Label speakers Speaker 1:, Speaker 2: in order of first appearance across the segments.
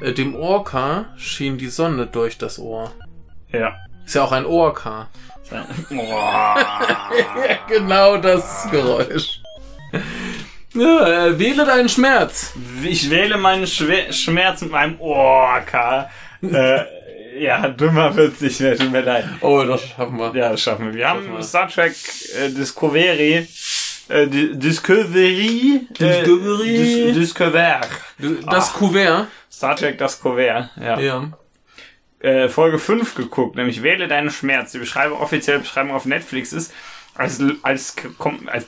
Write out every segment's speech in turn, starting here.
Speaker 1: Äh, dem Orca schien die Sonne durch das Ohr.
Speaker 2: Ja.
Speaker 1: Ist ja auch ein Orca.
Speaker 2: Ja. Oh.
Speaker 1: Ja, genau das Geräusch. Ja, äh, wähle deinen Schmerz.
Speaker 2: Ich wähle meinen Schwe Schmerz mit meinem Orca. äh, ja, dümmer wird's nicht mehr, tut mir leid.
Speaker 1: Oh, das schaffen wir.
Speaker 2: Ja, das schaffen wir. Wir haben
Speaker 1: Schaffen wir.
Speaker 2: Star Trek äh, Discovery. Äh, Di- Discovery. äh,
Speaker 1: Discovery.
Speaker 2: Dis Discover.
Speaker 1: Du- Das Kuvert.
Speaker 2: Star Trek das Kuvert. Ah. Ja.
Speaker 1: Ja.
Speaker 2: Äh, Folge 5 geguckt, nämlich Wähle deinen Schmerz. Die Beschreibung, offizielle Beschreibung auf Netflix ist, als, als, kom- als,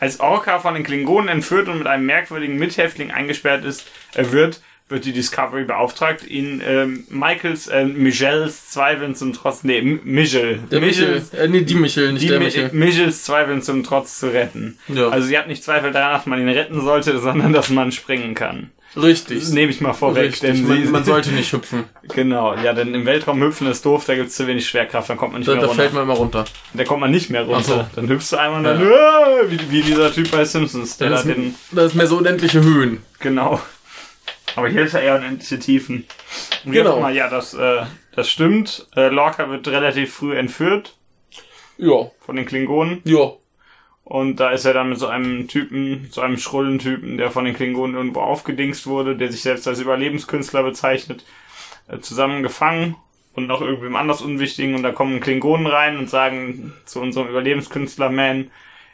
Speaker 2: als Orca von den Klingonen entführt und mit einem merkwürdigen Mithäftling eingesperrt ist, äh, wird, wird die Discovery beauftragt, ihn ähm, Michaels, äh, Michels Zweifeln zum Trotz, nee, M- Michel,
Speaker 1: Der Michel. Äh, nee, die Michel, nicht
Speaker 2: die
Speaker 1: der
Speaker 2: Mi-
Speaker 1: Michel.
Speaker 2: Michels Zweifeln zum Trotz zu retten.
Speaker 1: Ja.
Speaker 2: Also sie hat nicht Zweifel daran, dass man ihn retten sollte, sondern dass man springen kann.
Speaker 1: Richtig.
Speaker 2: Das nehme ich mal vorweg,
Speaker 1: Richtig.
Speaker 2: denn sie,
Speaker 1: Man, man sollte nicht hüpfen.
Speaker 2: Genau, ja, denn im Weltraum hüpfen ist doof, da gibt's zu wenig Schwerkraft, dann kommt man nicht
Speaker 1: Da,
Speaker 2: mehr
Speaker 1: da
Speaker 2: runter.
Speaker 1: fällt man immer runter.
Speaker 2: Da kommt man nicht mehr runter.
Speaker 1: Ach so.
Speaker 2: Dann hüpfst du einmal und dann, äh, wie, wie dieser Typ bei Simpsons, der da
Speaker 1: Das,
Speaker 2: den,
Speaker 1: das ist mehr so unendliche Höhen.
Speaker 2: genau. Aber hier ist ja eher unendliche Tiefen. Wie
Speaker 1: Genau.
Speaker 2: auch immer, ja, das, äh, das stimmt. Äh, Lorca wird relativ früh entführt
Speaker 1: Ja.
Speaker 2: von den Klingonen.
Speaker 1: Ja.
Speaker 2: Und da ist er dann mit so einem Typen, so einem schrullen Typen, der von den Klingonen irgendwo aufgedingst wurde, der sich selbst als Überlebenskünstler bezeichnet, äh, zusammengefangen und noch irgendwem anders Unwichtigen. Und da kommen Klingonen rein und sagen zu unserem Überlebenskünstler-Man,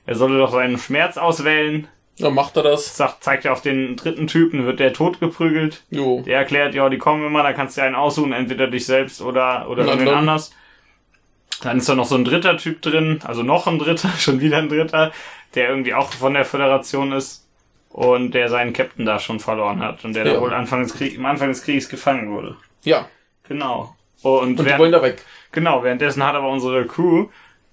Speaker 2: er solle doch seinen Schmerz auswählen.
Speaker 1: Dann macht er das.
Speaker 2: Sagt, zeigt er auf den dritten Typen, wird der totgeprügelt.
Speaker 1: Jo.
Speaker 2: Der erklärt, ja, die kommen immer, da kannst du dir einen aussuchen, entweder dich selbst oder, oder
Speaker 1: Na,
Speaker 2: irgendwen
Speaker 1: dann.
Speaker 2: anders. Dann ist da noch so ein dritter Typ drin, also noch ein dritter, schon wieder ein dritter, der irgendwie auch von der Föderation ist und der seinen Captain da schon verloren hat und der da
Speaker 1: Ja.
Speaker 2: wohl Anfang des Krieg, am Anfang des Krieges gefangen wurde.
Speaker 1: Ja.
Speaker 2: Genau. Und,
Speaker 1: Und die
Speaker 2: während-
Speaker 1: wollen da weg.
Speaker 2: Genau, währenddessen hat aber unsere Crew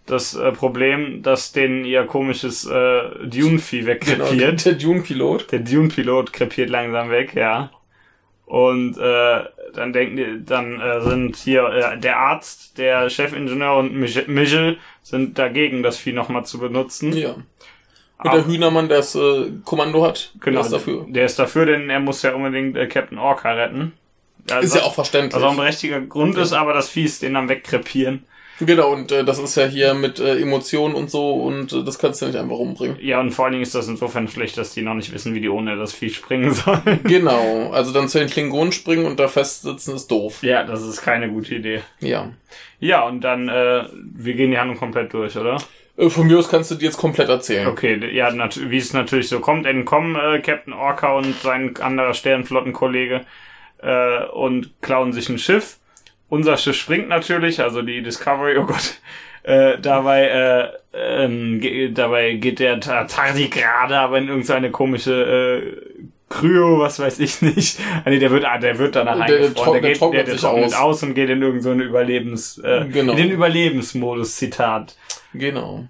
Speaker 2: das äh, Problem, dass denen ihr komisches äh, Dune-Vieh
Speaker 1: Genau.
Speaker 2: wegkrepiert.
Speaker 1: Der Dune-Pilot.
Speaker 2: Der Dune-Pilot krepiert langsam weg, ja. Und äh, dann denken die, dann äh, sind hier äh, der Arzt, der Chefingenieur und Mich- Michel sind dagegen, das Vieh nochmal zu benutzen.
Speaker 1: Ja. Und der Hühnermann, der das äh, Kommando hat,
Speaker 2: genau,
Speaker 1: der ist dafür.
Speaker 2: Der ist dafür, denn er muss ja unbedingt äh, Captain Orca retten.
Speaker 1: Ist ja auch verständlich.
Speaker 2: Was auch ein berechtigter Grund ist, aber das Vieh ist den am wegkrepieren.
Speaker 1: Genau, und äh, das ist ja hier mit äh, Emotionen und so und äh, das kannst du nicht einfach umbringen.
Speaker 2: Ja, und vor allen Dingen ist das insofern schlecht, dass die noch nicht wissen, wie die ohne das Vieh springen sollen.
Speaker 1: Genau, also dann zu den Klingonen springen und da festsitzen ist doof.
Speaker 2: ja, das ist keine gute Idee.
Speaker 1: Ja. Ja.
Speaker 2: Ja, und dann, äh, wir gehen die Handlung komplett durch, oder?
Speaker 1: Äh, Von mir aus kannst du dir jetzt komplett erzählen.
Speaker 2: Okay, d- ja, nat- wie es natürlich so kommt, entkommen äh, Captain Orca und sein anderer Sternflottenkollege äh, und klauen sich ein Schiff. Unser Schiff springt natürlich, also die Discovery, oh Gott. Äh, dabei, äh, ähm, ge dabei geht der Ta- Tardigrade aber in irgendeine komische äh, Kryo, was weiß ich nicht. Ah, nee, der wird, ah, der wird danach
Speaker 1: Der- der
Speaker 2: eingefroren.
Speaker 1: trocknet-
Speaker 2: geht,
Speaker 1: trocknet
Speaker 2: der, der
Speaker 1: sich
Speaker 2: trocknet
Speaker 1: aus.
Speaker 2: aus und geht in irgendeinen so einen Überlebens, äh,
Speaker 1: Genau.
Speaker 2: in den Überlebensmodus, Zitat.
Speaker 1: Genau.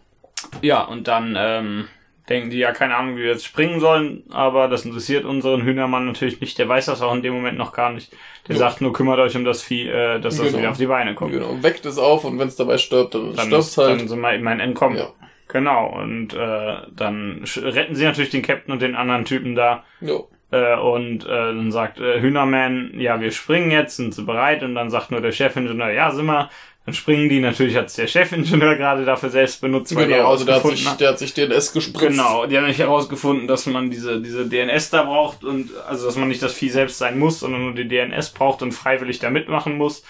Speaker 2: Ja, und dann ähm, denken die ja keine Ahnung, wie wir jetzt springen sollen, aber das interessiert unseren Hühnermann natürlich nicht. Der weiß das auch in dem Moment noch gar nicht. Der
Speaker 1: Ja.
Speaker 2: sagt nur, kümmert euch um das Vieh, äh, dass das
Speaker 1: Genau.
Speaker 2: wieder auf die Beine kommt.
Speaker 1: genau. Weckt es auf und wenn es dabei stirbt, dann,
Speaker 2: Dann,
Speaker 1: stirbt es halt.
Speaker 2: dann sind wir eben ein Entkommen.
Speaker 1: ja.
Speaker 2: Genau, und äh, dann sch- retten sie natürlich den Captain und den anderen Typen da.
Speaker 1: Jo.
Speaker 2: Äh, und äh, dann sagt äh, Hühnerman, ja, wir springen jetzt, sind sie bereit? Und dann sagt nur der Chefingenieur, ja, sind wir. Dann springen die, natürlich hat's der Chefingenieur gerade dafür selbst benutzt, weil er
Speaker 1: Genau, also der hat,
Speaker 2: herausgefunden
Speaker 1: sich,
Speaker 2: hat-
Speaker 1: der hat sich DNS gespritzt.
Speaker 2: Genau, die haben nämlich herausgefunden, dass man diese, diese DNS da braucht und also dass man nicht das Vieh selbst sein muss, sondern nur die DNS braucht und freiwillig da mitmachen muss.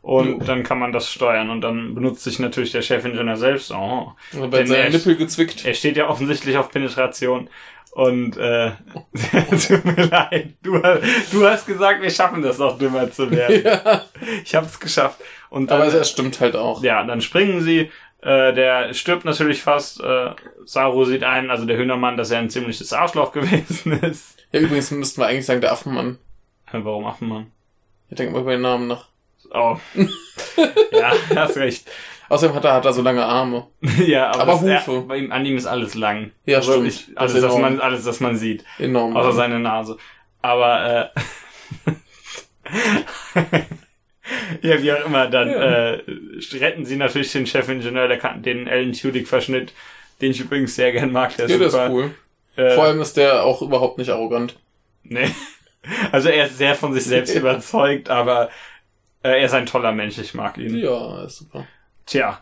Speaker 2: Und
Speaker 1: Jo.
Speaker 2: dann kann man das steuern und dann benutzt sich natürlich der Chefingenieur selbst. Oh.
Speaker 1: Und dann werden
Speaker 2: Denn
Speaker 1: seine
Speaker 2: er-
Speaker 1: Nippel gezwickt.
Speaker 2: Er steht ja offensichtlich auf Penetration. Und äh, tut mir leid, du, hast- du hast gesagt, wir schaffen das noch dümmer zu werden.
Speaker 1: Ja.
Speaker 2: Ich hab's geschafft. Und dann,
Speaker 1: Aber es stimmt halt auch.
Speaker 2: ja, dann springen sie. Äh, der stirbt natürlich fast. Äh, Saru sieht ein, also der Hühnermann, dass er ein ziemliches Arschloch gewesen ist.
Speaker 1: Ja, übrigens müssten wir eigentlich sagen, der Affenmann.
Speaker 2: Äh, Warum Affenmann?
Speaker 1: Ich denke mal über den Namen nach.
Speaker 2: Oh. ja, hast recht.
Speaker 1: Außerdem hat er, hat er so lange Arme.
Speaker 2: ja, aber,
Speaker 1: Aber
Speaker 2: das- er-
Speaker 1: Hufe.
Speaker 2: bei ihm, an ihm ist alles lang.
Speaker 1: Ja,
Speaker 2: Also
Speaker 1: stimmt.
Speaker 2: Ich,
Speaker 1: Das
Speaker 2: alles,
Speaker 1: ist
Speaker 2: das
Speaker 1: enorm.
Speaker 2: man, alles, das man sieht.
Speaker 1: Enorm.
Speaker 2: Außer seine Nase. Aber, äh, ja, wie auch immer, dann äh, retten sie natürlich den Chefingenieur, der kann, den Alan Tudyk verschnitt, den ich übrigens sehr gern mag. Der ist
Speaker 1: ja, das
Speaker 2: super.
Speaker 1: ist cool.
Speaker 2: Äh,
Speaker 1: Vor allem ist der auch überhaupt nicht arrogant.
Speaker 2: Nee. Also er ist sehr von sich selbst überzeugt, aber äh, er ist ein toller Mensch, ich mag ihn.
Speaker 1: Ja, ist super.
Speaker 2: Tja,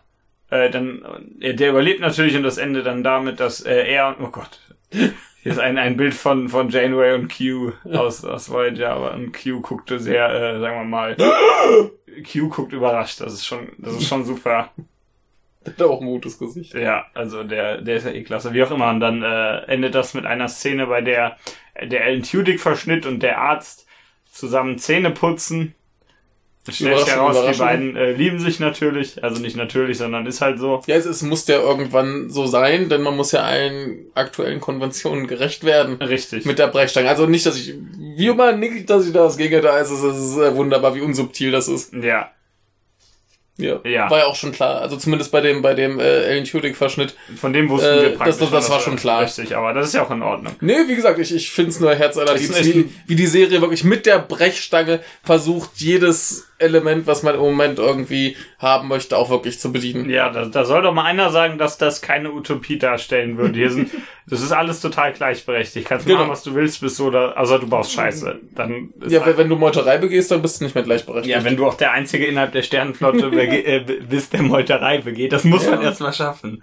Speaker 2: äh, dann äh, der überlebt natürlich und das Ende dann damit, dass äh, er oh Gott, hier ist ein, ein Bild von von Janeway und Q aus aus Voyager, aber und Q guckte sehr, äh, sagen wir mal, Q guckt überrascht. Das ist schon das ist schon super.
Speaker 1: Hat auch ein gutes Gesicht.
Speaker 2: Ja, also der, der ist ja eh klasse. Wie auch immer. Und dann äh, endet das mit einer Szene, bei der der Alan Tudyk-Verschnitt und der Arzt zusammen Zähne putzen. Es Stellt
Speaker 1: Überraschung,
Speaker 2: sich heraus, die
Speaker 1: Überraschung.
Speaker 2: beiden äh, lieben sich natürlich. Also nicht natürlich, sondern ist halt so.
Speaker 1: Ja, es, es muss ja irgendwann so sein, denn man muss ja allen aktuellen Konventionen gerecht werden.
Speaker 2: Richtig.
Speaker 1: Mit der Brechstange. Also nicht, dass ich, wie immer, nicht, dass ich da das Gegenteil da ist. Es ist äh, wunderbar, wie unsubtil das ist.
Speaker 2: ja,
Speaker 1: Ja.
Speaker 2: Ja.
Speaker 1: War ja auch schon klar. Also zumindest bei dem, bei dem äh, Alan Tudyk-Verschnitt.
Speaker 2: von dem wussten
Speaker 1: Äh,
Speaker 2: wir
Speaker 1: das-
Speaker 2: praktisch.
Speaker 1: das- das
Speaker 2: dass
Speaker 1: war
Speaker 2: er-
Speaker 1: schon klar.
Speaker 2: Richtig, aber das ist ja auch in Ordnung.
Speaker 1: Nee, wie gesagt, ich, ich find's nur herzallerliebst,
Speaker 2: Es ist-
Speaker 1: wie, wie die Serie wirklich mit der Brechstange versucht, jedes Element, was man im Moment irgendwie haben möchte, auch wirklich zu bedienen.
Speaker 2: Ja, da, da soll doch mal einer sagen, dass das keine Utopie darstellen würde. Hier sind, das ist alles total gleichberechtigt. Kannst
Speaker 1: Genau.
Speaker 2: machen, was du willst, bist so da, außer du baust Scheiße. Dann ist halt-
Speaker 1: Ja, wenn, wenn du Meuterei begehst, dann bist du nicht mehr gleichberechtigt.
Speaker 2: Ja, wenn du auch der Einzige innerhalb der Sternenflotte bege- äh, b- bist, der Meuterei begeht, das muss
Speaker 1: Ja. Oh.
Speaker 2: man erstmal schaffen.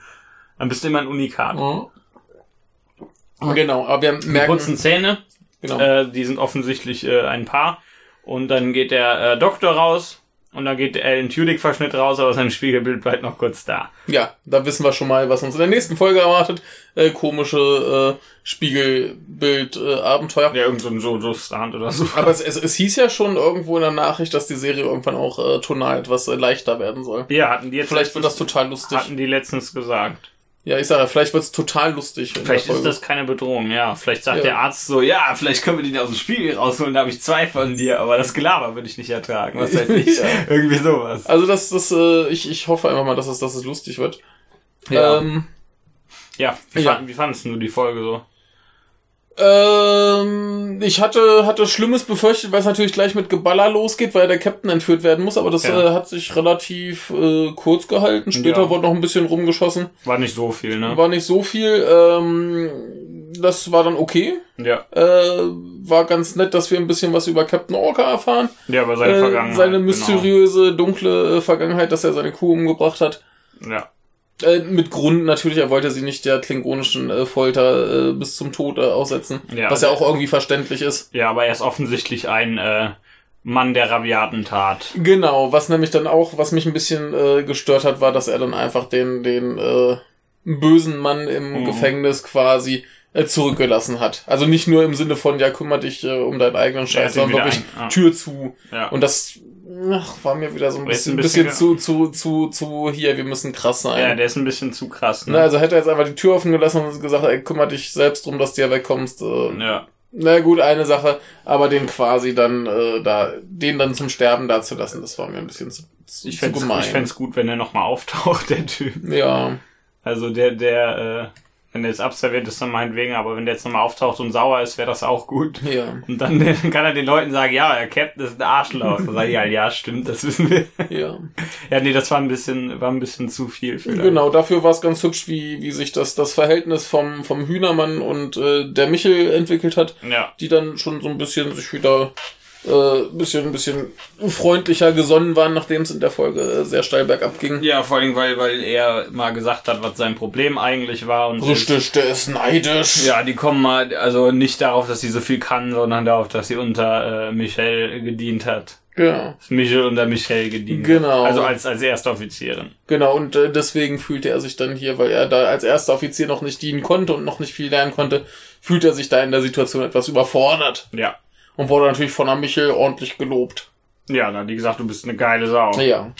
Speaker 2: Dann bist du immer ein Unikat.
Speaker 1: Mhm. Genau, aber wir
Speaker 2: Die
Speaker 1: merken,
Speaker 2: putzen Zähne,
Speaker 1: genau,
Speaker 2: äh, die sind offensichtlich äh, ein Paar. Und dann geht der äh, Doktor raus und dann geht der Alan Tudyk-Verschnitt raus, aber sein Spiegelbild bleibt noch kurz da.
Speaker 1: ja, da wissen wir schon mal, was uns in der nächsten Folge erwartet. Äh, komische äh, Spiegelbild-Abenteuer.
Speaker 2: Ja, irgend so ein Jojo-Stand oder so.
Speaker 1: Aber es, es, es hieß ja schon irgendwo in der Nachricht, dass die Serie irgendwann auch äh, tonal etwas äh, leichter werden soll.
Speaker 2: Ja, hatten die jetzt
Speaker 1: Vielleicht wird das total lustig.
Speaker 2: hatten die letztens gesagt.
Speaker 1: Ja, ich sage, ja, vielleicht wird's total lustig. in der
Speaker 2: Vielleicht ist
Speaker 1: Folge.
Speaker 2: das keine Bedrohung, ja. Vielleicht sagt
Speaker 1: Ja.
Speaker 2: der Arzt so, ja, vielleicht können wir den aus dem Spiegel rausholen, da habe ich zwei von dir, aber das Gelaber würde ich nicht ertragen, was weiß ich.
Speaker 1: Ja.
Speaker 2: Irgendwie sowas.
Speaker 1: Also das, das, äh, ich, ich hoffe einfach mal, dass es, dass es lustig wird.
Speaker 2: Ja,
Speaker 1: Ähm,
Speaker 2: ja. Wie,
Speaker 1: ja.
Speaker 2: Fand, wie fandest du die Folge so?
Speaker 1: ähm, ich hatte, hatte Schlimmes befürchtet, weil es natürlich gleich mit Geballer losgeht, weil der Captain entführt werden muss, aber das
Speaker 2: Ja.
Speaker 1: äh, hat sich relativ äh, kurz gehalten. Später
Speaker 2: Ja.
Speaker 1: wurde noch ein bisschen rumgeschossen.
Speaker 2: War nicht so viel, ne?
Speaker 1: War nicht so viel. Ähm, das war dann okay.
Speaker 2: ja.
Speaker 1: Äh, war ganz nett, dass wir ein bisschen was über Captain Orca erfahren.
Speaker 2: ja, aber seine
Speaker 1: Äh,
Speaker 2: Vergangenheit. genau.
Speaker 1: seine mysteriöse, dunkle äh, Vergangenheit, dass er seine Kuh umgebracht hat.
Speaker 2: Genau. Ja.
Speaker 1: Äh, mit Grund natürlich, er wollte sie nicht der klingonischen äh, Folter äh, bis zum Tod äh, aussetzen,
Speaker 2: Ja. ne.
Speaker 1: was ja auch irgendwie verständlich ist.
Speaker 2: ja, aber er ist offensichtlich ein äh, Mann der rabiaten Tat.
Speaker 1: Genau, was nämlich dann auch, was mich ein bisschen äh, gestört hat, war, dass er dann einfach den, den äh, bösen Mann im
Speaker 2: Mhm.
Speaker 1: Gefängnis quasi äh, zurückgelassen hat. Also nicht nur im Sinne von, ja, kümmere dich äh, um deinen eigenen Scheiß,
Speaker 2: hat
Speaker 1: sondern
Speaker 2: ihn wieder
Speaker 1: wirklich
Speaker 2: ein- ah.
Speaker 1: Tür zu.
Speaker 2: Ja.
Speaker 1: Und das ach, war mir wieder so ein
Speaker 2: Ist
Speaker 1: bisschen,
Speaker 2: ein
Speaker 1: bisschen,
Speaker 2: bisschen
Speaker 1: zu, zu, zu, zu, hier, wir müssen krass sein.
Speaker 2: ja, der ist ein bisschen zu krass,
Speaker 1: Na,
Speaker 2: ne?
Speaker 1: also hätte er jetzt einfach die Tür offen gelassen und gesagt, ey, kümmere dich selbst drum, dass du ja wegkommst. Äh,
Speaker 2: ja.
Speaker 1: Na gut, eine Sache, aber den quasi dann, äh, da, den dann zum Sterben dazulassen, das war mir ein bisschen zu, zu,
Speaker 2: Ich
Speaker 1: zu
Speaker 2: fänd's,
Speaker 1: gemein.
Speaker 2: ich fänd's gut, wenn er nochmal auftaucht, der Typ.
Speaker 1: ja,
Speaker 2: Also der, der, äh, wenn der jetzt abserviert ist, dann meinetwegen, aber wenn der jetzt nochmal auftaucht und sauer ist, wäre das auch gut.
Speaker 1: ja,
Speaker 2: Und dann äh, kann er den Leuten sagen, ja, der Captain ist ein Arschloch. Dann sag ich halt, ja, stimmt, das wissen wir.
Speaker 1: ja.
Speaker 2: Ja, nee, das war ein bisschen, war ein bisschen zu viel vielleicht.
Speaker 1: Genau, dafür war es ganz hübsch, wie, wie sich das, das Verhältnis vom, vom Hühnermann und äh, der Michel entwickelt hat,
Speaker 2: Ja.
Speaker 1: die dann schon so ein bisschen sich wieder äh, bisschen, ein bisschen freundlicher gesonnen waren, nachdem es in der Folge äh, sehr steil bergab ging.
Speaker 2: Ja, vor allem, weil, weil er mal gesagt hat, was sein Problem eigentlich war und
Speaker 1: Richtig, der ist neidisch.
Speaker 2: Ja, die kommen mal, also nicht darauf, dass sie so viel kann, sondern darauf, dass sie unter äh, Michelle gedient hat.
Speaker 1: Ja,
Speaker 2: Dass Michelle unter Michelle gedient
Speaker 1: Genau.
Speaker 2: hat. Also als, als erste Offizierin.
Speaker 1: genau. Und äh, deswegen fühlte er sich dann hier, weil er da als erster Offizier noch nicht dienen konnte und noch nicht viel lernen konnte, fühlt er sich da in der Situation etwas überfordert
Speaker 2: Ja.
Speaker 1: und wurde natürlich von der Michel ordentlich gelobt.
Speaker 2: Ja, dann hat die gesagt, du bist eine geile Sau.
Speaker 1: Ja,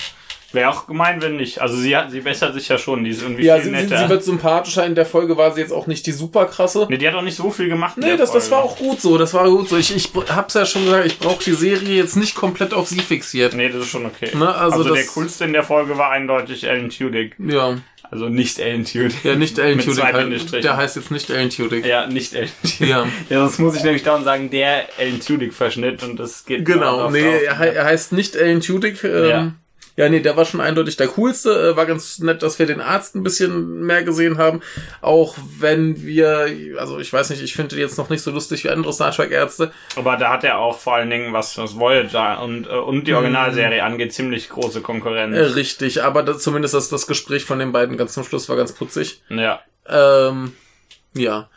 Speaker 2: Wäre auch gemein, wenn nicht. Also sie hat, sie bessert sich ja schon, die ist irgendwie
Speaker 1: ja
Speaker 2: viel
Speaker 1: sie, sie,
Speaker 2: netter.
Speaker 1: sie wird sympathischer. In der Folge war sie jetzt auch nicht die super krasse.
Speaker 2: nee, die hat auch nicht so viel gemacht. in
Speaker 1: Nee,
Speaker 2: der
Speaker 1: das, das war
Speaker 2: Folge.
Speaker 1: auch gut so. Das war gut so. Ich, ich hab's ja schon gesagt, ich brauche die Serie jetzt nicht komplett auf sie fixiert.
Speaker 2: Nee, das ist schon okay.
Speaker 1: Ne, also
Speaker 2: also der
Speaker 1: das-
Speaker 2: coolste in der Folge war eindeutig Alan Tudyk.
Speaker 1: Ja,
Speaker 2: Also nicht Alan Tudyk.
Speaker 1: ja, nicht Alan
Speaker 2: Mit
Speaker 1: Tudyk.
Speaker 2: zwei
Speaker 1: Halt.
Speaker 2: Bindestrichen.
Speaker 1: Der heißt jetzt nicht Alan Tudyk.
Speaker 2: Ja, nicht Alan Tudyk.
Speaker 1: Ja.
Speaker 2: Ja. sonst muss ich nämlich dauernd sagen, der Alan Tudyk-Verschnitt und das geht
Speaker 1: Genau,
Speaker 2: dauernd
Speaker 1: nee,
Speaker 2: auf-
Speaker 1: er, hei- er heißt nicht Alan Tudyk. Ähm,
Speaker 2: Ja.
Speaker 1: Ja, nee, der war schon eindeutig der coolste. Äh, war ganz nett, dass wir den Arzt ein bisschen mehr gesehen haben. Auch wenn wir, also ich weiß nicht, ich finde den jetzt noch nicht so lustig wie andere Star Trek-Ärzte.
Speaker 2: Aber da hat er auch vor allen Dingen, was das Voyager und, äh, und die Originalserie angeht, ziemlich große Konkurrenz.
Speaker 1: Mhm. Äh, richtig, aber das, zumindest das, das Gespräch von den beiden ganz zum Schluss war ganz putzig.
Speaker 2: Ja.
Speaker 1: Ähm, ja.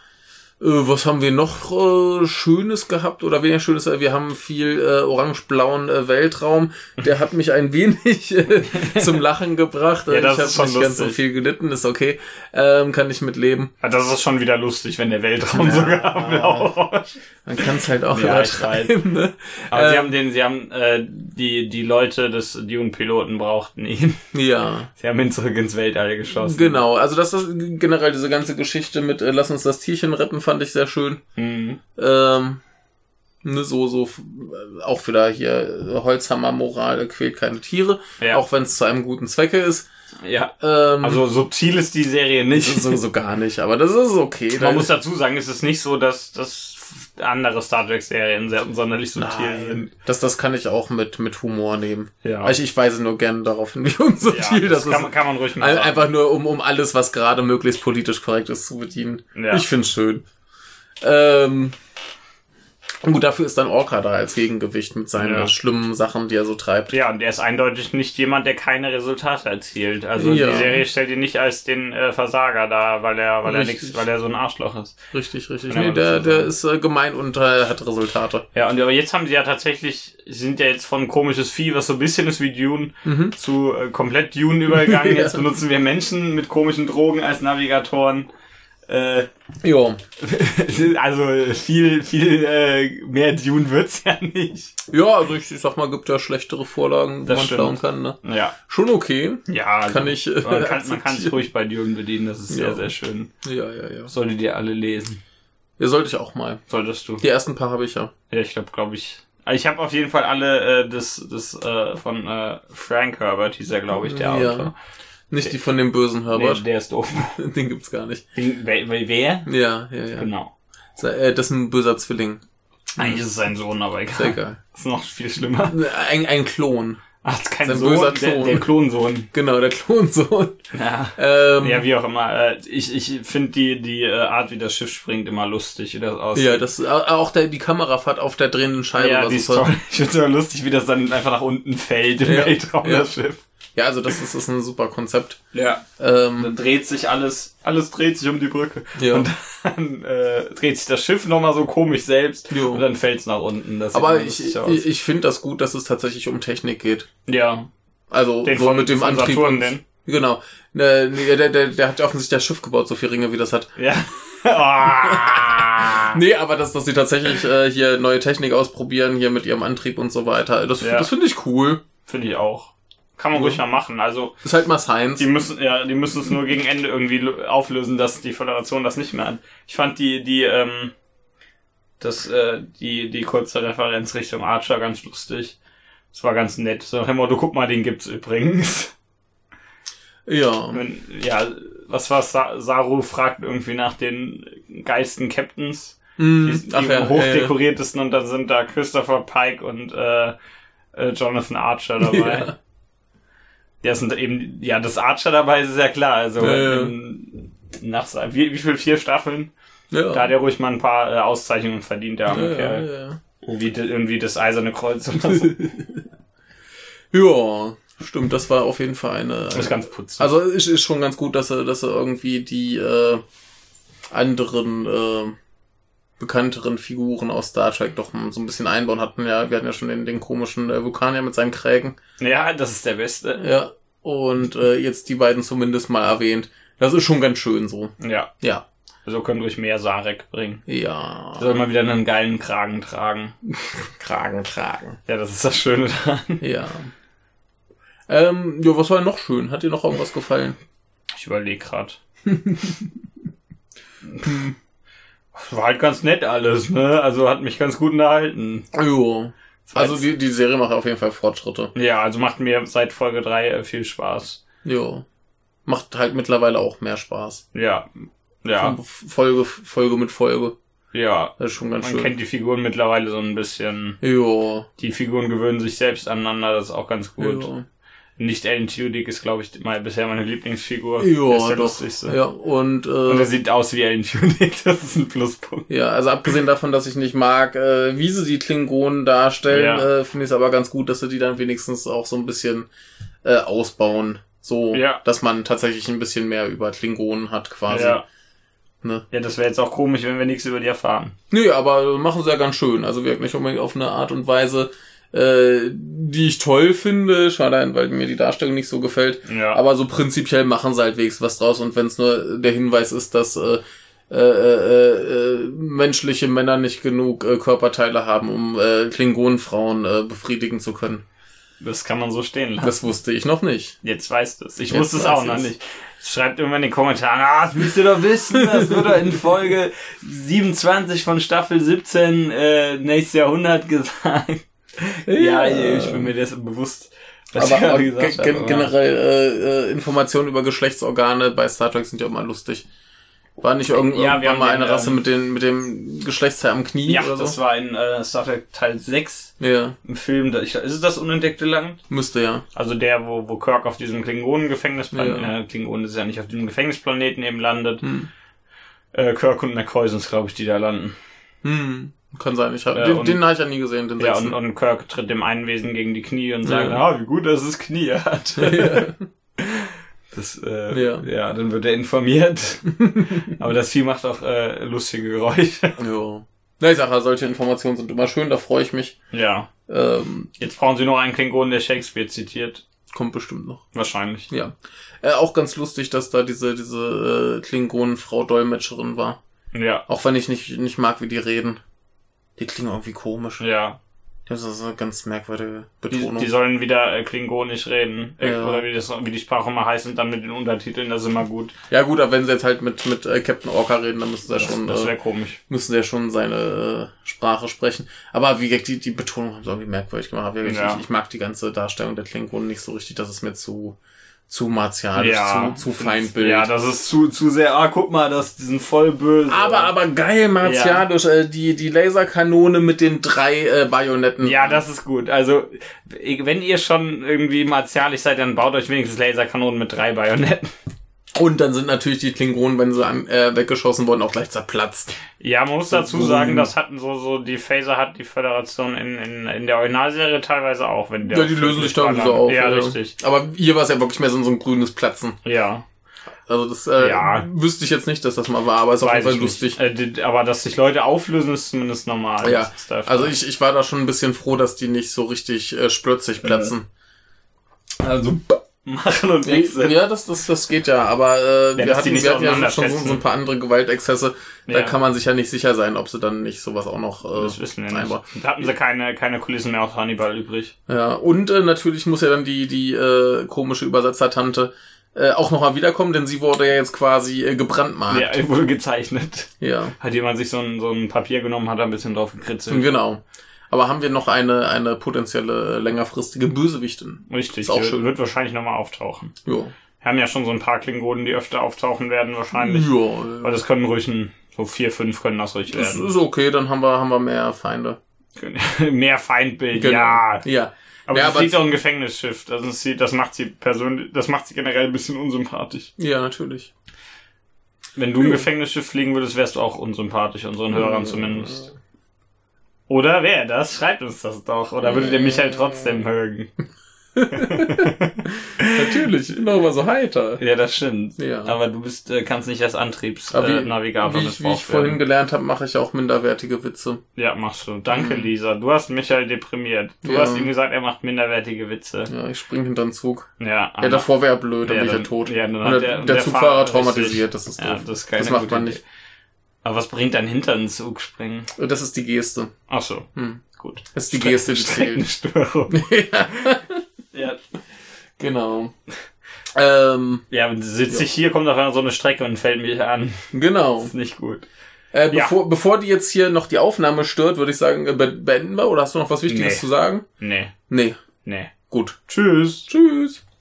Speaker 1: Äh, was haben wir noch äh, Schönes gehabt oder weniger Schönes? Äh, Wir haben viel äh, orange-blauen äh, Weltraum. Der hat mich ein wenig äh, zum Lachen gebracht. Äh,
Speaker 2: Ja, das
Speaker 1: ich habe
Speaker 2: ist schon
Speaker 1: nicht ganz so
Speaker 2: lustig.
Speaker 1: viel gelitten, ist okay. Ähm, kann ich mitleben.
Speaker 2: Ah, Das ist schon wieder lustig, wenn der Weltraum sogar blau ist.
Speaker 1: Man kann es halt auch
Speaker 2: Ja, ich
Speaker 1: übertreiben. Ne?
Speaker 2: Aber sie
Speaker 1: Ähm,
Speaker 2: haben den, sie haben äh, die die Leute des Dune-Piloten brauchten ihn.
Speaker 1: ne? ja.
Speaker 2: Sie haben ihn zurück ins Weltall geschossen.
Speaker 1: Genau, also das ist generell diese ganze Geschichte mit äh, Lass uns das Tierchen retten, fand ich sehr schön.
Speaker 2: Mhm.
Speaker 1: Ähm, ne, so, so, f- äh, auch wieder hier äh, Holzhammer-Moral, äh, quält keine Tiere,
Speaker 2: Ja.
Speaker 1: auch wenn es zu einem guten Zwecke ist.
Speaker 2: Ja.
Speaker 1: Ähm,
Speaker 2: Also subtil ist die Serie
Speaker 1: das
Speaker 2: nicht.
Speaker 1: ist so, so gar nicht, aber das ist okay.
Speaker 2: Man muss dazu sagen, es ist nicht so, dass dass andere Star Trek-Serien sehr sonderlich subtil
Speaker 1: Nein,
Speaker 2: sind.
Speaker 1: das, das kann ich auch mit, mit Humor nehmen.
Speaker 2: Ja.
Speaker 1: Ich, ich weise nur gerne darauf hin, wie unsubtil
Speaker 2: ja,
Speaker 1: das,
Speaker 2: das
Speaker 1: ist.
Speaker 2: kann, man- kann man ruhig mal
Speaker 1: Ein,
Speaker 2: sagen.
Speaker 1: einfach nur, um, um alles, was gerade möglichst politisch korrekt ist, zu bedienen.
Speaker 2: Ja.
Speaker 1: Ich find's schön. Ähm, gut, dafür ist dann Orca da als Gegengewicht mit seinen
Speaker 2: Ja.
Speaker 1: schlimmen Sachen, die er so treibt.
Speaker 2: Ja, und er ist eindeutig nicht jemand, der keine Resultate erzielt. Also
Speaker 1: Ja.
Speaker 2: die Serie stellt ihn nicht als den äh, Versager da, weil er, weil er
Speaker 1: Richtig.
Speaker 2: nix, weil er so ein Arschloch ist.
Speaker 1: Richtig, richtig.
Speaker 2: Kann
Speaker 1: Nee,
Speaker 2: man das
Speaker 1: der,
Speaker 2: so
Speaker 1: der
Speaker 2: sagen?
Speaker 1: ist äh, gemein und äh, hat Resultate.
Speaker 2: Ja, und aber jetzt haben sie ja tatsächlich, sie sind ja jetzt von komisches Vieh, was so ein bisschen ist wie Dune, zu äh, komplett Dune übergegangen. Jetzt
Speaker 1: Ja.
Speaker 2: benutzen wir Menschen mit komischen Drogen als Navigatoren. Äh,
Speaker 1: Ja.
Speaker 2: also viel, viel äh, mehr Dune wird's ja nicht.
Speaker 1: Ja, also ich, ich sag mal, gibt ja schlechtere Vorlagen, wo
Speaker 2: Das
Speaker 1: man
Speaker 2: stimmt.
Speaker 1: schauen kann. Ne?
Speaker 2: Ja.
Speaker 1: Schon okay.
Speaker 2: Ja, also,
Speaker 1: Kann ich, äh,
Speaker 2: man kann, man kann sich
Speaker 1: akzeptieren.
Speaker 2: ruhig bei Dune bedienen, das ist
Speaker 1: Ja.
Speaker 2: sehr, sehr schön.
Speaker 1: Ja, ja, ja.
Speaker 2: Solltet ihr alle lesen.
Speaker 1: Ja, sollte ich auch mal.
Speaker 2: Solltest du.
Speaker 1: Die ersten paar habe ich ja.
Speaker 2: Ja, ich glaube, glaube ich. Also ich habe auf jeden Fall alle äh, das, das äh, von äh, Frank Herbert, hieß er, glaube ich, der
Speaker 1: Ja,
Speaker 2: Autor.
Speaker 1: Nicht die von dem bösen
Speaker 2: Nee,
Speaker 1: Herbert.
Speaker 2: der ist doof.
Speaker 1: Den gibt's gar nicht.
Speaker 2: Den- Wer? wer- wer?
Speaker 1: Ja, ja, ja.
Speaker 2: Genau.
Speaker 1: Se- Äh, das ist ein böser Zwilling.
Speaker 2: Eigentlich ist es sein Sohn, aber egal.
Speaker 1: Sehr geil.
Speaker 2: Ist noch viel schlimmer.
Speaker 1: Ein, ein Klon.
Speaker 2: Ach, ist kein
Speaker 1: Sein
Speaker 2: Sohn,
Speaker 1: böser
Speaker 2: Der,
Speaker 1: Klon.
Speaker 2: der Klonsohn.
Speaker 1: Genau, der Klonsohn.
Speaker 2: Ja.
Speaker 1: Ähm,
Speaker 2: ja,
Speaker 1: ja,
Speaker 2: wie auch immer. Äh, ich ich finde die, die äh, Art, wie das Schiff springt, immer lustig, wie das aussieht.
Speaker 1: das a- auch der, die Kamerafahrt auf der drehenden Scheibe
Speaker 2: ja,
Speaker 1: war
Speaker 2: die
Speaker 1: so toll.
Speaker 2: Story. Ich finde es immer lustig, wie das dann einfach nach unten fällt im
Speaker 1: Ja.
Speaker 2: Weltraum,
Speaker 1: Ja.
Speaker 2: das Schiff.
Speaker 1: Ja, also das ist, das ist ein super Konzept.
Speaker 2: Ja.
Speaker 1: Ähm,
Speaker 2: Dann dreht sich alles, alles dreht sich um die Brücke.
Speaker 1: Ja.
Speaker 2: Und dann äh, dreht sich das Schiff nochmal so komisch selbst
Speaker 1: Jo.
Speaker 2: und dann fällt es nach unten. Das sieht
Speaker 1: aber
Speaker 2: immer
Speaker 1: ich,
Speaker 2: lustig
Speaker 1: ich,
Speaker 2: aus.
Speaker 1: ich finde das gut, dass es tatsächlich um Technik geht.
Speaker 2: ja.
Speaker 1: Also
Speaker 2: Den
Speaker 1: so
Speaker 2: von-
Speaker 1: mit dem
Speaker 2: von
Speaker 1: Antrieb.
Speaker 2: Saturn
Speaker 1: und-
Speaker 2: denn?
Speaker 1: Genau. Ne, ne, der, der, der hat ja offensichtlich das Schiff gebaut, so viele Ringe wie das hat.
Speaker 2: Ja. Ah.
Speaker 1: Nee, aber dass, dass sie tatsächlich äh, hier neue Technik ausprobieren, hier mit ihrem Antrieb und so weiter. Das,
Speaker 2: Ja.
Speaker 1: das finde ich cool.
Speaker 2: Finde ich auch. Kann man ruhig mal machen. Also
Speaker 1: Ist halt mal Science.
Speaker 2: die müssen ja, die müssen es nur gegen Ende irgendwie lo- auflösen, dass die Föderation das nicht mehr hat. Ich fand die die ähm, das äh, die die kurze Referenz Richtung Archer ganz lustig. Das war ganz nett. So, hey, du guck mal, den gibt's übrigens.
Speaker 1: Ja.
Speaker 2: Wenn, ja, was war Sa Saru fragt irgendwie nach den geilsten Captains,
Speaker 1: Mm,
Speaker 2: die, die
Speaker 1: ach ja, äh,
Speaker 2: hochdekoriertesten und dann sind da Christopher Pike und äh, äh, Jonathan Archer dabei.
Speaker 1: Ja.
Speaker 2: Ja. das sind eben, ja, das Archer dabei ist ja klar. Also
Speaker 1: Ja, ja.
Speaker 2: ähm, nach Sa- wie, wie viel vier Staffeln?
Speaker 1: ja.
Speaker 2: Da hat er ruhig mal ein paar äh, Auszeichnungen verdient, der arme
Speaker 1: ja, ja,
Speaker 2: Kerl.
Speaker 1: ja.
Speaker 2: Wie de- irgendwie das Eiserne Kreuz oder so.
Speaker 1: Ja, stimmt, das war auf jeden Fall eine.
Speaker 2: Das ist ganz putzig.
Speaker 1: also es ist schon ganz gut, dass sie, dass sie irgendwie die äh, anderen äh, bekannteren Figuren aus Star Trek doch so ein bisschen einbauen hatten. Ja, wir hatten ja schon den, den komischen äh, Vulkanier mit seinen Krägen.
Speaker 2: ja, das ist der Beste.
Speaker 1: Ja. Und äh, jetzt die beiden zumindest mal erwähnt. Das ist schon ganz schön so.
Speaker 2: Ja,
Speaker 1: Ja.
Speaker 2: so können ruhig mehr Sarek bringen.
Speaker 1: Ja.
Speaker 2: Soll mal wieder einen geilen Kragen tragen.
Speaker 1: Kragen tragen.
Speaker 2: Ja, das ist das Schöne daran.
Speaker 1: Ja. Ähm, ja, was war denn noch schön? Hat dir noch irgendwas gefallen?
Speaker 2: Ich überlege gerade. War halt ganz nett alles, ne? Also hat mich ganz gut unterhalten.
Speaker 1: Jo. Also
Speaker 2: Jetzt-
Speaker 1: die, die Serie macht auf jeden Fall Fortschritte.
Speaker 2: ja, also macht mir seit Folge 3 viel Spaß.
Speaker 1: Jo. Macht halt mittlerweile auch mehr Spaß.
Speaker 2: Ja. Ja,
Speaker 1: Von Folge, Folge mit Folge.
Speaker 2: ja.
Speaker 1: Das ist schon ganz
Speaker 2: Man
Speaker 1: schön.
Speaker 2: kennt die Figuren mittlerweile so ein bisschen.
Speaker 1: Jo.
Speaker 2: Die Figuren gewöhnen sich selbst aneinander, das ist auch ganz gut.
Speaker 1: jo.
Speaker 2: Nicht Alan Tudyk ist, glaube ich, mal bisher meine Lieblingsfigur. Der ist
Speaker 1: Ja, doch.
Speaker 2: der lustigste.
Speaker 1: Ja, und, äh,
Speaker 2: Und er sieht aus wie Alan Tudyk, das ist ein Pluspunkt.
Speaker 1: ja, also abgesehen davon, dass ich nicht mag, äh, wie sie die Klingonen darstellen,
Speaker 2: Ja.
Speaker 1: äh, finde ich es aber ganz gut, dass sie die dann wenigstens auch so ein bisschen äh, ausbauen. So,
Speaker 2: Ja.
Speaker 1: dass man tatsächlich ein bisschen mehr über Klingonen hat quasi.
Speaker 2: ja.
Speaker 1: Ne?
Speaker 2: ja, das wäre jetzt auch komisch, wenn wir nichts über die erfahren.
Speaker 1: Nö, aber machen sie ja ganz schön. Also wirkt nicht unbedingt auf eine Art und Weise, äh, die ich toll finde. Schade, weil mir die Darstellung nicht so gefällt.
Speaker 2: Ja.
Speaker 1: Aber so prinzipiell machen sie halt wenigstens was draus. Und wenn es nur der Hinweis ist, dass äh, äh, äh, äh, menschliche Männer nicht genug äh, Körperteile haben, um äh, Klingonenfrauen äh, befriedigen zu können.
Speaker 2: das kann man so stehen lassen.
Speaker 1: Das wusste ich noch nicht.
Speaker 2: Jetzt weißt du es. Ich
Speaker 1: Jetzt
Speaker 2: wusste es auch
Speaker 1: weiß
Speaker 2: noch
Speaker 1: ich's.
Speaker 2: nicht. Schreibt immer in den Kommentaren, ah, das müsst ihr doch wissen, das wird doch in Folge 27 von Staffel 17 äh, nächstes Jahrhundert gesagt. Ja, ich bin mir dessen bewusst,
Speaker 1: Äh, aber,
Speaker 2: ich
Speaker 1: aber
Speaker 2: gerade
Speaker 1: ge
Speaker 2: gesagt habe,
Speaker 1: gen
Speaker 2: aber-
Speaker 1: generell äh, äh, Informationen über Geschlechtsorgane bei Star Trek sind ja immer lustig. War nicht irgend
Speaker 2: Ja, wir
Speaker 1: irgendwann
Speaker 2: haben
Speaker 1: mal
Speaker 2: den,
Speaker 1: eine Rasse
Speaker 2: ähm,
Speaker 1: mit, den, mit dem Geschlechtsteil am Knie
Speaker 2: Ja,
Speaker 1: oder
Speaker 2: das
Speaker 1: so?
Speaker 2: war in äh, Star Trek Teil 6
Speaker 1: Ja,
Speaker 2: im Film. Da ich, ist es das unentdeckte Land?
Speaker 1: müsste ja.
Speaker 2: Also der, wo, wo Kirk auf diesem Klingonengefängnisplaneten,
Speaker 1: Ja.
Speaker 2: äh, Klingonen ist ja nicht auf diesem Gefängnisplaneten eben landet.
Speaker 1: Hm.
Speaker 2: Äh, Kirk und McCoy sind glaube ich, die da landen.
Speaker 1: Hm. Kann sein. Ich hab,
Speaker 2: Ja,
Speaker 1: den
Speaker 2: und-
Speaker 1: den habe ich ja nie gesehen, den
Speaker 2: Ja,
Speaker 1: sechsten.
Speaker 2: und, und Kirk tritt dem einen Wesen gegen die Knie und
Speaker 1: Ja.
Speaker 2: sagt, ah, wie gut, dass es Knie hat.
Speaker 1: Ja.
Speaker 2: Das, äh, ja.
Speaker 1: Ja.
Speaker 2: dann wird er informiert. Aber das Vieh macht auch äh, lustige Geräusche.
Speaker 1: Ja. Na, ich sag ja, solche Informationen sind immer schön, da freue ich mich.
Speaker 2: Ja.
Speaker 1: Ähm,
Speaker 2: Jetzt brauchen sie noch einen Klingonen, der Shakespeare zitiert.
Speaker 1: kommt bestimmt noch.
Speaker 2: Wahrscheinlich.
Speaker 1: Ja. Äh, auch ganz lustig, dass da diese, diese äh, Klingonenfrau Dolmetscherin war.
Speaker 2: Ja.
Speaker 1: Auch wenn ich nicht, nicht mag, wie die reden. Die klingen irgendwie komisch.
Speaker 2: Ja.
Speaker 1: Das ist eine ganz merkwürdige
Speaker 2: Die,
Speaker 1: Betonung.
Speaker 2: die sollen wieder äh, klingonisch reden. Äh,
Speaker 1: Ja.
Speaker 2: Oder wie, das, wie die Sprache mal heißt und dann mit den Untertiteln, das ist immer gut.
Speaker 1: ja gut, aber wenn sie jetzt halt mit, mit äh, Captain Orca reden, dann müssen sie ja
Speaker 2: Das,
Speaker 1: schon,
Speaker 2: das
Speaker 1: äh,
Speaker 2: wäre komisch.
Speaker 1: müssen sie ja schon seine äh, Sprache sprechen. Aber wie gesagt, die, die Betonung haben sie irgendwie merkwürdig gemacht. Aber wie gesagt,
Speaker 2: Ja.
Speaker 1: Ich, ich mag die ganze Darstellung der Klingonen nicht so richtig, das ist mir zu, zu martialisch, zu, zu feinbild.
Speaker 2: Ja, das ist zu, zu sehr, ah, guck mal, das, die sind voll böse.
Speaker 1: Aber, aber geil, martialisch. Äh, die, die Laserkanone mit den drei äh, Bajonetten.
Speaker 2: Ja, das ist gut. Also, wenn ihr schon irgendwie martialisch seid, dann baut euch wenigstens Laserkanonen mit drei Bajonetten.
Speaker 1: Und dann sind natürlich die Klingonen, wenn sie an, äh, weggeschossen wurden, auch gleich zerplatzt.
Speaker 2: Ja, man muss dazu sagen, das hatten so, so, die Phaser hat die Föderation in, in, in der Originalserie teilweise auch, wenn
Speaker 1: Ja, die lösen sich da so auf.
Speaker 2: Ja, richtig.
Speaker 1: Aber hier war es ja wirklich mehr so ein, so ein grünes Platzen.
Speaker 2: Ja,
Speaker 1: Also das äh,
Speaker 2: Ja.
Speaker 1: wüsste ich jetzt nicht, dass das mal war, aber ist auf jeden
Speaker 2: weiß
Speaker 1: Fall
Speaker 2: ich
Speaker 1: lustig.
Speaker 2: nicht. Äh, die- aber dass sich Leute auflösen, ist zumindest normal.
Speaker 1: Ja,
Speaker 2: Das ist der
Speaker 1: Also ich, ich war da schon ein bisschen froh, dass die nicht so richtig äh, splötzig platzen. Also
Speaker 2: machen und wechseln.
Speaker 1: ja, das, das, das geht ja, aber äh, wir
Speaker 2: dass die
Speaker 1: hatten,
Speaker 2: nicht
Speaker 1: wir hatten ja schon so,
Speaker 2: auseinanderfetzen.
Speaker 1: so ein paar andere Gewaltexzesse. Da
Speaker 2: Ja.
Speaker 1: kann man sich ja nicht sicher sein, ob sie dann nicht sowas auch noch äh,
Speaker 2: Das wissen wir
Speaker 1: einbauen.
Speaker 2: nicht. Da hatten sie keine, keine Kulissen mehr aus Hannibal übrig.
Speaker 1: Ja, und äh, natürlich muss ja dann die, die äh, komische Übersetzertante äh, auch nochmal wiederkommen, denn sie wurde ja jetzt quasi äh,
Speaker 2: Ja,
Speaker 1: gebrandmarkt.
Speaker 2: wurde gezeichnet.
Speaker 1: Ja. ja.
Speaker 2: Hat jemand sich so ein, so ein Papier genommen, hat da ein bisschen drauf gekritzelt.
Speaker 1: Genau. Aber haben wir noch eine, eine potenzielle äh, längerfristige Bösewichtin?
Speaker 2: Richtig,
Speaker 1: Ist auch
Speaker 2: wird-
Speaker 1: schön.
Speaker 2: wird wahrscheinlich nochmal auftauchen.
Speaker 1: Jo.
Speaker 2: Wir haben ja schon so ein paar Klingonen, die öfter auftauchen werden wahrscheinlich.
Speaker 1: Ja.
Speaker 2: Weil
Speaker 1: äh,
Speaker 2: das können ruhig ein, so vier, fünf können das ruhig
Speaker 1: Ist,
Speaker 2: werden.
Speaker 1: ist okay, dann haben wir, haben wir mehr Feinde. Genau.
Speaker 2: Mehr Feindbild, ja.
Speaker 1: Ja.
Speaker 2: Aber
Speaker 1: Ja,
Speaker 2: sie
Speaker 1: aber
Speaker 2: fliegt
Speaker 1: z-
Speaker 2: auch ein Gefängnisschiff. Das, ist sie, das macht sie persönlich, das macht sie generell ein bisschen unsympathisch.
Speaker 1: Ja, natürlich.
Speaker 2: Wenn du ein
Speaker 1: Ja.
Speaker 2: Gefängnisschiff fliegen würdest, wärst du auch unsympathisch, unseren Hörern zumindest. Oder wer das? Schreibt uns das doch. Oder würdet ihr Michael trotzdem mögen?
Speaker 1: Natürlich, noch mal so heiter.
Speaker 2: Ja, äh, das stimmt.
Speaker 1: Ja.
Speaker 2: Aber du bist, äh, kannst nicht als
Speaker 1: Aber wie,
Speaker 2: Antriebsnavigator
Speaker 1: wie, ich, wie ich vorhin gelernt habe, mache ich auch minderwertige Witze.
Speaker 2: Ja, machst du. Danke, Lisa. Du hast Michael deprimiert. Du
Speaker 1: Mhm. Ja.
Speaker 2: hast ihm gesagt, er macht minderwertige Witze.
Speaker 1: Ja, ich springe hinter den Zug.
Speaker 2: Ja,
Speaker 1: Ja, davor wäre er blöd, dann
Speaker 2: Ah, Ja,
Speaker 1: bin ich ja
Speaker 2: dann-
Speaker 1: tot.
Speaker 2: ja, dann
Speaker 1: und
Speaker 2: hat
Speaker 1: der,
Speaker 2: der-
Speaker 1: der,
Speaker 2: und der
Speaker 1: Zugfahrer
Speaker 2: Fahrer-
Speaker 1: traumatisiert, das ist
Speaker 2: ja,
Speaker 1: doof.
Speaker 2: das ist keine
Speaker 1: Das macht
Speaker 2: gute
Speaker 1: man
Speaker 2: Idee.
Speaker 1: nicht.
Speaker 2: Aber was bringt dann hinter einen Zug springen?
Speaker 1: Und Das ist die Geste.
Speaker 2: Ach so,
Speaker 1: Hm.
Speaker 2: gut.
Speaker 1: Das ist die Geste, die zählt.
Speaker 2: Streckenstörung. ja.
Speaker 1: Genau. Ähm,
Speaker 2: ja, dann sitze ich hier, kommt auf einmal so eine Strecke und fällt mich an.
Speaker 1: genau.
Speaker 2: Das ist nicht gut.
Speaker 1: Äh,
Speaker 2: Ja.
Speaker 1: bevor, bevor die jetzt hier noch die Aufnahme stört, würde ich sagen, äh, be- beenden wir. Oder hast du noch was Wichtiges
Speaker 2: Nee.
Speaker 1: zu sagen?
Speaker 2: Nee,
Speaker 1: Nee.
Speaker 2: nee.
Speaker 1: Gut.
Speaker 2: Tschüss.
Speaker 1: Tschüss.